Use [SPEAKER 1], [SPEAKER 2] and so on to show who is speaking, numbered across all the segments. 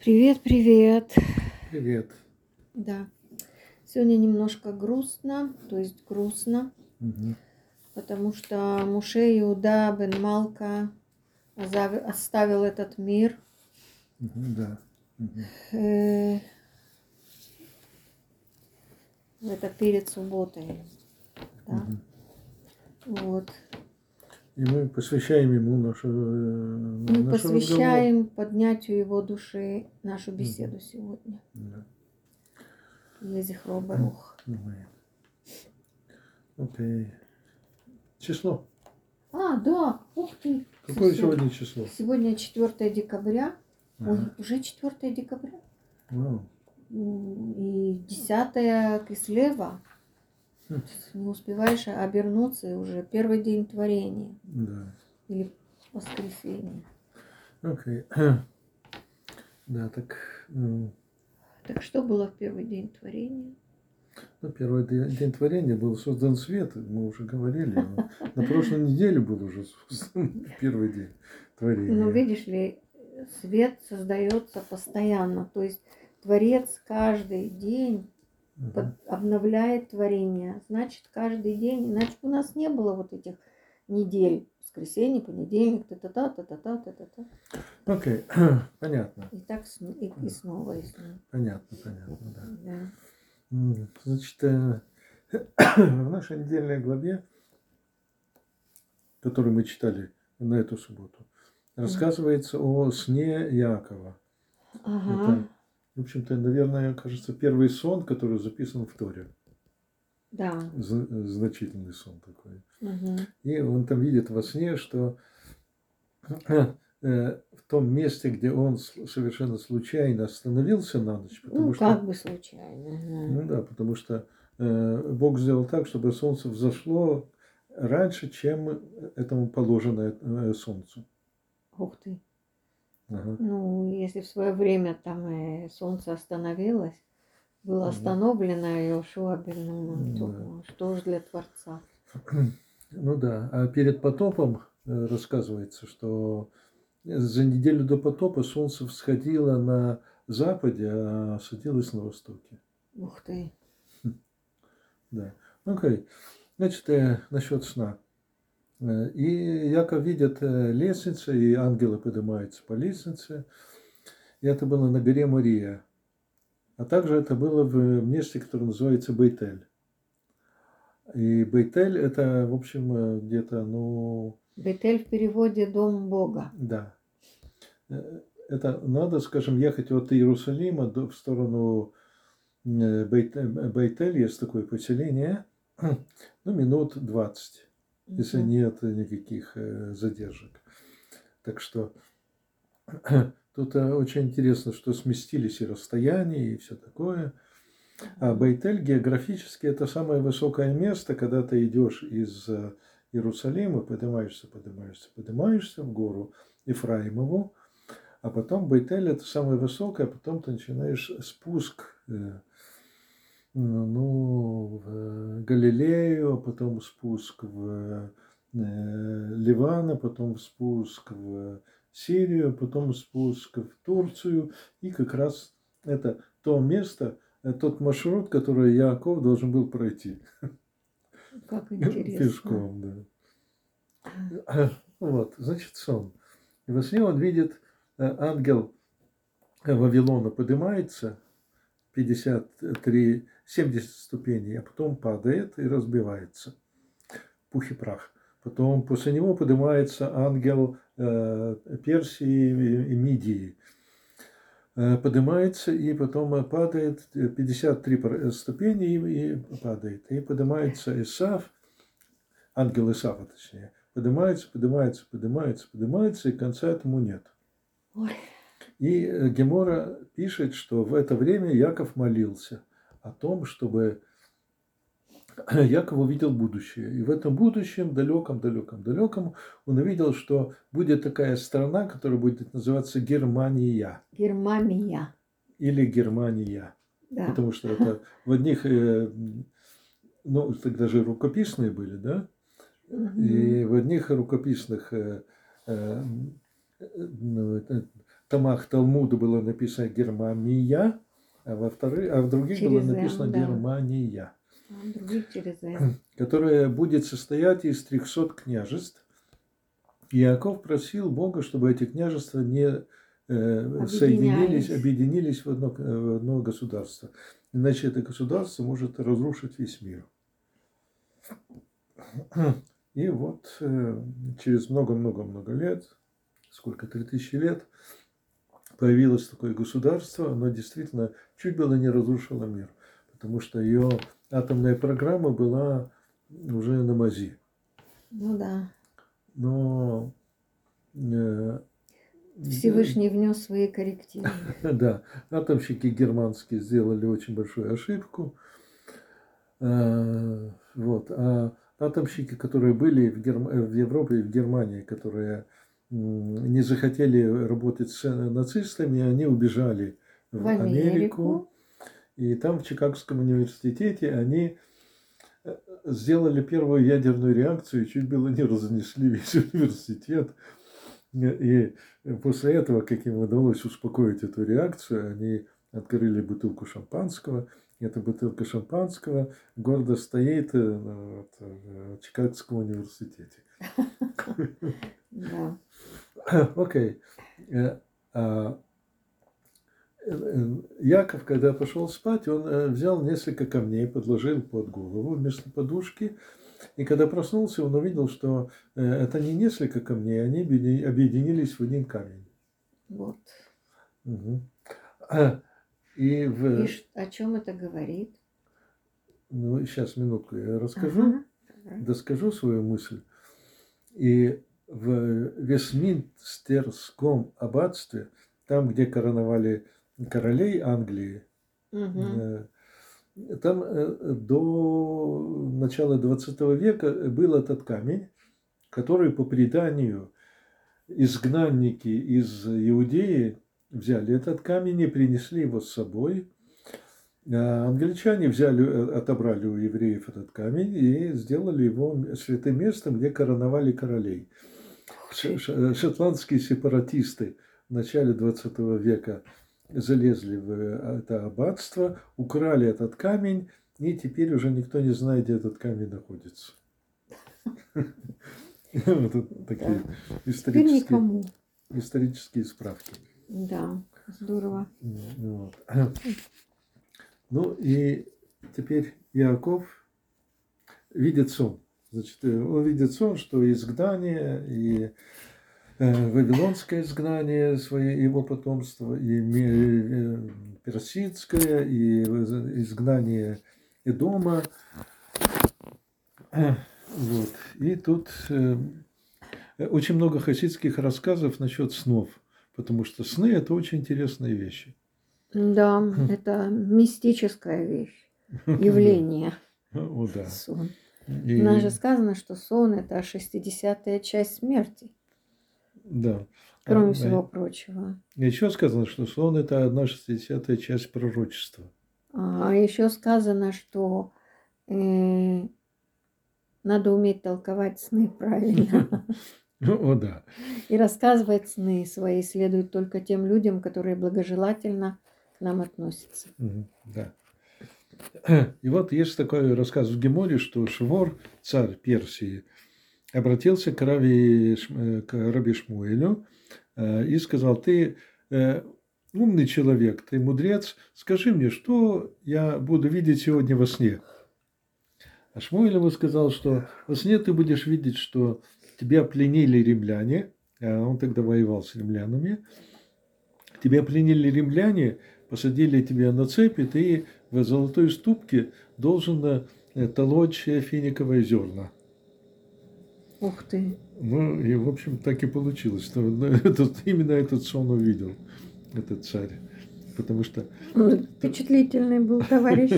[SPEAKER 1] Привет, привет.
[SPEAKER 2] Привет.
[SPEAKER 1] Да. Сегодня немножко грустно, то есть грустно,
[SPEAKER 2] Мгм.
[SPEAKER 1] потому что Муше Иуда бен Малка озав- оставил этот мир.
[SPEAKER 2] Мгм, Да. Мгм.
[SPEAKER 1] Э, Это перед субботой. Да?
[SPEAKER 2] Мгм.
[SPEAKER 1] Вот.
[SPEAKER 2] И мы посвящаем ему нашу, э,
[SPEAKER 1] Мы
[SPEAKER 2] наш разговор.
[SPEAKER 1] посвящаем поднятию его души нашу беседу сегодня.
[SPEAKER 2] Да,
[SPEAKER 1] Езихро Барух.
[SPEAKER 2] думаю. Окей. Число.
[SPEAKER 1] А, да, ух ты.
[SPEAKER 2] Какое
[SPEAKER 1] совсем.
[SPEAKER 2] сегодня число?
[SPEAKER 1] Сегодня 4 декабря. Ой,
[SPEAKER 2] Ага.
[SPEAKER 1] уже 4 декабря.
[SPEAKER 2] Вау.
[SPEAKER 1] М, И 10 кислева.
[SPEAKER 2] Хм.
[SPEAKER 1] Не успеваешь обернуться, и уже первый день творения.
[SPEAKER 2] Да.
[SPEAKER 1] Или воскресенье.
[SPEAKER 2] Окей. Да, так. ну, м,
[SPEAKER 1] Так что было в первый день творения?
[SPEAKER 2] Ну, первый де- день творения был создан свет, мы уже говорили. но На прошлой неделе был уже создан первый день
[SPEAKER 1] Ну,
[SPEAKER 2] творения.
[SPEAKER 1] видишь ли, свет создается постоянно. То есть Творец каждый день
[SPEAKER 2] Мгм.
[SPEAKER 1] под- обновляет творение. Значит, каждый день, иначе бы у нас не было вот этих недель. Воскресенье, понедельник, та-та-та, та-та-та, та-та-та.
[SPEAKER 2] Окей, понятно,
[SPEAKER 1] И так с- и, и снова, и снова.
[SPEAKER 2] понятно, понятно, да.
[SPEAKER 1] Да.
[SPEAKER 2] М, Значит, э, в нашей недельной главе, которую мы читали на эту субботу, рассказывается о сне Якова.
[SPEAKER 1] Ага,
[SPEAKER 2] Это, в общем-то, наверное, кажется, первый сон, который записан в Торе.
[SPEAKER 1] да.
[SPEAKER 2] З- Значительный сон такой.
[SPEAKER 1] Мгм.
[SPEAKER 2] И он там видит во сне, что э, в том месте, где он с- совершенно случайно остановился на ночь, потому
[SPEAKER 1] Ну,
[SPEAKER 2] что
[SPEAKER 1] как бы случайно.
[SPEAKER 2] Ну да, потому что э, Бог сделал так, чтобы солнце взошло раньше, чем этому положено э, солнцу.
[SPEAKER 1] ага. Ух ты.
[SPEAKER 2] Ага.
[SPEAKER 1] Ну, если в свое время там э, солнце остановилось, было
[SPEAKER 2] Мгм.
[SPEAKER 1] остановлено Иошуа бен Нун, то
[SPEAKER 2] Ну Да.
[SPEAKER 1] а что ж для Творца?
[SPEAKER 2] Ну да, а перед потопом э, рассказывается, что за неделю до потопа солнце всходило на западе, а садилось на востоке.
[SPEAKER 1] Ух ты.
[SPEAKER 2] Да. Ну, Окей. Значит, насчет сна. Э, И Яков видит э, лестницу, и ангелы поднимаются по лестнице. И это было на горе Мария. А также это было в месте, которое называется Бейтель. И Бейтель это, в общем, э, где-то, ну,
[SPEAKER 1] Бетель в переводе «дом Бога».
[SPEAKER 2] да. Э, Это надо, скажем, ехать от Иерусалима до- в сторону э, Бейт- э, Бейтель, есть такое поселение, ну, минут 20, если
[SPEAKER 1] Мгм.
[SPEAKER 2] нет никаких э, задержек. Так что тут э, очень интересно, что сместились и расстояния, и все такое. А Бейтель географически это самое высокое место, когда ты идешь из э, Иерусалима, поднимаешься, поднимаешься, поднимаешься в гору Ефраимову, а потом Бейтель это самое высокое, а потом ты начинаешь спуск э, ну, в Галилею, а потом спуск в э, Ливан, а потом спуск в Сирию, а потом спуск в Турцию. И как раз это то место, э, тот маршрут, который Яков должен был пройти
[SPEAKER 1] Как интересно.
[SPEAKER 2] пешком. Да. Вот, значит, сон. И во сне он видит, э, ангел э, Вавилона поднимается 53, 70 ступеней, а потом падает и разбивается. Пух и прах. Потом после него поднимается ангел э, Персии и и Мидии. Э, Поднимается и потом э, падает э, 53 пр- э, ступени и и падает. И поднимается Исав, ангел Исафа, точнее, поднимается, поднимается, поднимается, поднимается, и конца этому нет.
[SPEAKER 1] Ой.
[SPEAKER 2] И э, Гемора пишет, что в это время Яков молился о том, чтобы Яков увидел будущее. И в этом будущем, далеком, далеком, далеком, он увидел, что будет такая страна, которая будет называться Германия
[SPEAKER 1] Гермамия.
[SPEAKER 2] или Германия.
[SPEAKER 1] Да.
[SPEAKER 2] Потому что это в одних, э, ну, тогда же рукописные были, да?
[SPEAKER 1] Мгм.
[SPEAKER 2] И в одних рукописных э, э, ну, это- томах Талмуда было написано Германия, а, во вторых, а в других было
[SPEAKER 1] Через «М»,
[SPEAKER 2] написано
[SPEAKER 1] да.
[SPEAKER 2] Германия,
[SPEAKER 1] А других через «М».
[SPEAKER 2] которая будет состоять из 300 княжеств. Иаков просил Бога, чтобы эти княжества не э,
[SPEAKER 1] Объединялись.
[SPEAKER 2] соединились, объединились в одно, в одно государство. Иначе это государство может разрушить весь мир. И вот э, через много-много-много лет, сколько, 3000 лет, появилось такое государство, оно действительно чуть было не разрушило мир, потому что ее атомная программа была уже на мази.
[SPEAKER 1] Ну да.
[SPEAKER 2] Но э,
[SPEAKER 1] Всевышний внес свои коррективы.
[SPEAKER 2] Да, атомщики германские сделали очень большую ошибку. Э, Вот. А атомщики, которые были в, Герм- э, в Европе и в Германии, которые м, не захотели работать с э, нацистами, они убежали в,
[SPEAKER 1] В
[SPEAKER 2] Америку.
[SPEAKER 1] Америку.
[SPEAKER 2] И там, в Чикагском университете, они э, сделали первую ядерную реакцию, и чуть было не разнесли весь университет. И э, после этого, как им удалось успокоить эту реакцию, они открыли бутылку шампанского. И Эта бутылка шампанского гордо стоит э, ну, вот, э, в Чикагском университете.
[SPEAKER 1] Да.
[SPEAKER 2] Окей. Э, а, э, э, Яков, когда пошел спать, он э, взял несколько камней, подложил под голову вместо подушки. И когда проснулся, он увидел, что э, это не несколько камней, они объедини- объединились в один камень.
[SPEAKER 1] Вот.
[SPEAKER 2] Мгм. А, И, в,
[SPEAKER 1] И ш- о чем это говорит?
[SPEAKER 2] ну, сейчас минутку я расскажу,
[SPEAKER 1] Ага.
[SPEAKER 2] доскажу свою мысль. И в Вестминстерском аббатстве, там, где короновали королей Англии,
[SPEAKER 1] Мгм.
[SPEAKER 2] э, там э, до начала 20 века был этот камень, который по преданию изгнанники из Иудеи взяли этот камень и принесли его с собой. А Англичане взяли, э, отобрали у евреев этот камень и сделали его м- святым местом, где короновали королей. Ш- ш- Шотландские сепаратисты в начале 20 века залезли в э, это аббатство, украли этот камень, и теперь уже никто не знает, где этот камень находится. Вот тут такие
[SPEAKER 1] Да. Теперь
[SPEAKER 2] исторические,
[SPEAKER 1] никому.
[SPEAKER 2] исторические справки.
[SPEAKER 1] Да. Здорово.
[SPEAKER 2] Ну, вот. Ну и теперь Яков видит сон. Значит, э, он видит сон, что изгнание и э, вавилонское изгнание свое, его потомство, и ме- э, персидское, и изгнание Эдома. Э, Вот. И тут э, очень много хасидских рассказов насчет снов, потому что сны – это очень интересные вещи.
[SPEAKER 1] Да,
[SPEAKER 2] Хм.
[SPEAKER 1] это мистическая вещь, явление
[SPEAKER 2] О, Ну, да.
[SPEAKER 1] сон.
[SPEAKER 2] И-
[SPEAKER 1] У нас же сказано, что сон – это 60-я часть смерти,
[SPEAKER 2] да.
[SPEAKER 1] кроме
[SPEAKER 2] А,
[SPEAKER 1] всего прочего.
[SPEAKER 2] а Еще сказано, что сон – это одна шестидесятая часть пророчества.
[SPEAKER 1] А еще сказано, что э, надо уметь толковать сны правильно.
[SPEAKER 2] Ну, О, да.
[SPEAKER 1] И рассказывать сны свои следует только тем людям, которые благожелательно к нам относятся.
[SPEAKER 2] Мгм, Да. И вот есть такой рассказ в Геморе, что Швор, царь Персии, обратился к Рави, Шм- э, к Раби Шмуэлю э, и сказал, ты э, умный человек, ты мудрец, скажи мне, что я буду видеть сегодня во сне? А Шмуэль ему сказал, что во сне ты будешь видеть, что тебя пленили римляне, а он тогда воевал с римлянами, тебя пленили римляне, посадили тебя на цепь, и ты в золотой ступке должен э, толочь э, финиковые зерна.
[SPEAKER 1] Ух ты!
[SPEAKER 2] Ну, и, в общем, так и получилось. что он этот- именно этот сон увидел, этот царь. Потому что,
[SPEAKER 1] Впечатлительный был товарищ.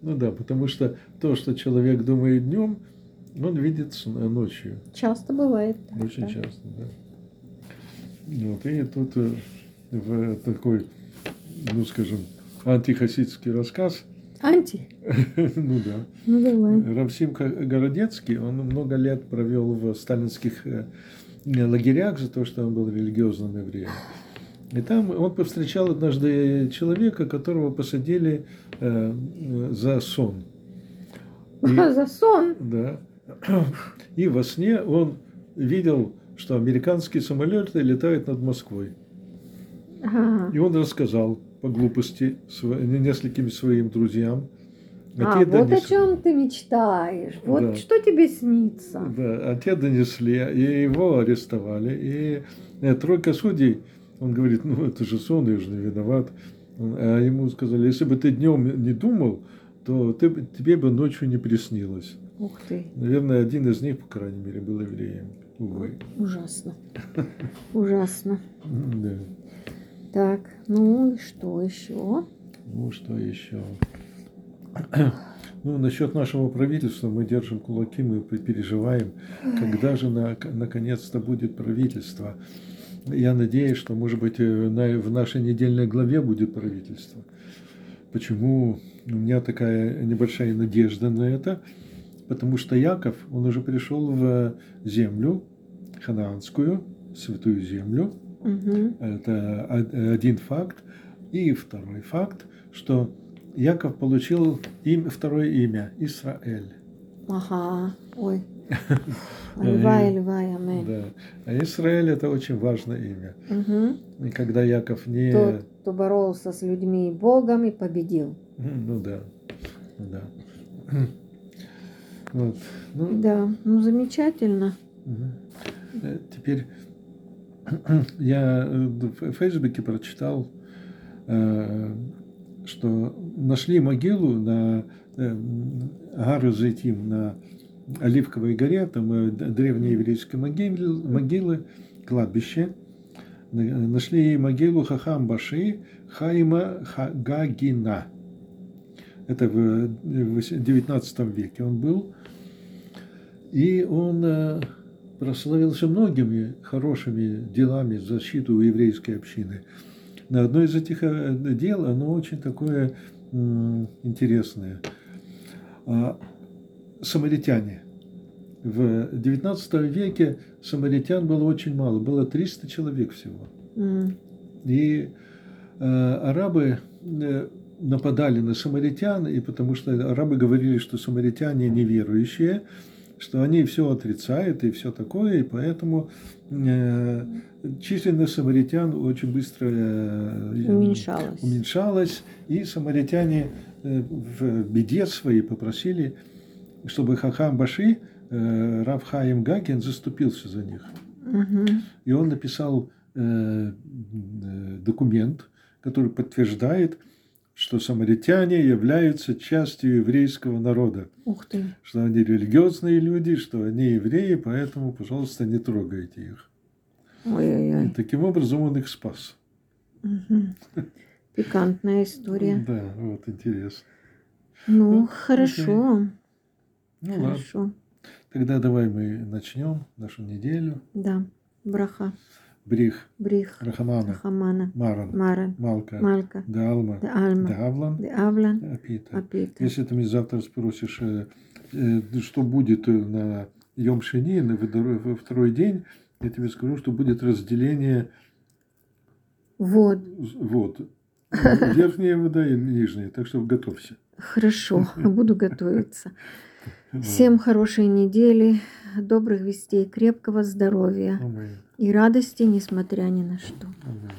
[SPEAKER 2] ну да, потому что то, что человек думает днем, он видит с- э, ночью.
[SPEAKER 1] Часто бывает. так,
[SPEAKER 2] Очень
[SPEAKER 1] да.
[SPEAKER 2] часто, да. Вот, и тут э, в такой, ну, скажем, антихасидский рассказ,
[SPEAKER 1] Анти?
[SPEAKER 2] ну да,
[SPEAKER 1] Ну давай.
[SPEAKER 2] Равсим Ка- Городецкий, он много лет провел в сталинских э, лагерях за то, что он был религиозным евреем. И там он повстречал однажды человека, которого посадили э, э, за сон. И-
[SPEAKER 1] А, За сон.
[SPEAKER 2] да. И во сне он видел, что американские самолеты летают над Москвой.
[SPEAKER 1] Ага.
[SPEAKER 2] И он рассказал по глупости сво- нескольким своим друзьям.
[SPEAKER 1] А,
[SPEAKER 2] те
[SPEAKER 1] вот о
[SPEAKER 2] донесли.
[SPEAKER 1] чем ты мечтаешь. Вот
[SPEAKER 2] Да.
[SPEAKER 1] что тебе снится.
[SPEAKER 2] Да, а те донесли, и его арестовали. И э, тройка судей, он говорит, ну это же сон, я же не виноват. А ему сказали, если бы ты днем не думал, то ты, бы- тебе бы ночью не приснилось.
[SPEAKER 1] Ух ты,
[SPEAKER 2] Наверное, один из них, по крайней мере, был евреем. Увы.
[SPEAKER 1] ужасно. Ужасно.
[SPEAKER 2] М, Да.
[SPEAKER 1] Так, ну и что еще?
[SPEAKER 2] Ну, что еще? Ну, насчет нашего правительства мы держим кулаки, мы пе- переживаем, когда же на- наконец-то будет правительство. Я надеюсь, что, может быть, э, на- в нашей недельной главе будет правительство. Почему у меня такая небольшая надежда на это? Потому что Яков, он уже пришел в землю ханаанскую, святую землю,
[SPEAKER 1] Мгм.
[SPEAKER 2] это о- один факт. И второй факт, что Яков получил им, второе имя – Исраэль.
[SPEAKER 1] Ага, ой. Льва и льва, и аминь.
[SPEAKER 2] Да. А Исраэль – это очень важное имя.
[SPEAKER 1] Мгм.
[SPEAKER 2] И когда Яков не…
[SPEAKER 1] Тот, кто боролся с людьми и Богом и победил.
[SPEAKER 2] М, Ну да, Ну да. Вот. Ну,
[SPEAKER 1] Да, ну замечательно.
[SPEAKER 2] Мгм. Э, Теперь я э, в Фейсбуке прочитал, э, что нашли могилу на Гару Зайтим, на Оливковой горе, там э, д- древнееврейские могилы, могилы, кладбище. На- э, Нашли могилу Хахам Баши Хаима Хагагина. Это в э, вось- 19 веке он был. И он э, прославился многими хорошими делами в защиту еврейской общины. На одно из этих э, дел, оно очень такое м, интересное. А, Самаритяне. В XIX веке самаритян было очень мало, было 300 человек всего.
[SPEAKER 1] М.
[SPEAKER 2] И э, арабы э, нападали на самаритян, и потому что арабы говорили, что самаритяне неверующие, что они все отрицают и все такое, и поэтому э, численность самаритян очень быстро э,
[SPEAKER 1] Уменьшалось.
[SPEAKER 2] уменьшалась, и самаритяне э, в беде своей попросили, чтобы Хахам Баши, э, Рав Хаим Гагин, заступился за них.
[SPEAKER 1] Мгм.
[SPEAKER 2] И он написал э, э, документ, который подтверждает, что самаритяне являются частью еврейского народа,
[SPEAKER 1] Ух ты.
[SPEAKER 2] что они религиозные люди, что они евреи, поэтому, пожалуйста, не трогайте их. И
[SPEAKER 1] Ой-ой-ой.
[SPEAKER 2] таким образом он их спас.
[SPEAKER 1] Мгм. Пикантная история.
[SPEAKER 2] Да, вот интересно.
[SPEAKER 1] Ну,
[SPEAKER 2] Ну,
[SPEAKER 1] хорошо.
[SPEAKER 2] Ну ладно,
[SPEAKER 1] Хорошо.
[SPEAKER 2] тогда давай мы начнем нашу неделю.
[SPEAKER 1] Да. Браха.
[SPEAKER 2] Брих,
[SPEAKER 1] Брих.
[SPEAKER 2] Рахамана,
[SPEAKER 1] Рахамана.
[SPEAKER 2] Маран,
[SPEAKER 1] Мара.
[SPEAKER 2] Малка,
[SPEAKER 1] Малька.
[SPEAKER 2] Далма,
[SPEAKER 1] Де Альма.
[SPEAKER 2] Давлан,
[SPEAKER 1] Де Авлан.
[SPEAKER 2] Апита.
[SPEAKER 1] Апита.
[SPEAKER 2] Если ты меня завтра спросишь, э, э, что будет э, на Йомшине, на вдоро- во второй день, я тебе скажу, что будет разделение
[SPEAKER 1] Вот.
[SPEAKER 2] з- вот. Верхняя вода и нижняя, так что готовься.
[SPEAKER 1] Хорошо. Буду готовиться. Всем хорошей недели, добрых вестей, крепкого здоровья
[SPEAKER 2] Аминь.
[SPEAKER 1] и радости, несмотря ни на что.
[SPEAKER 2] Аминь.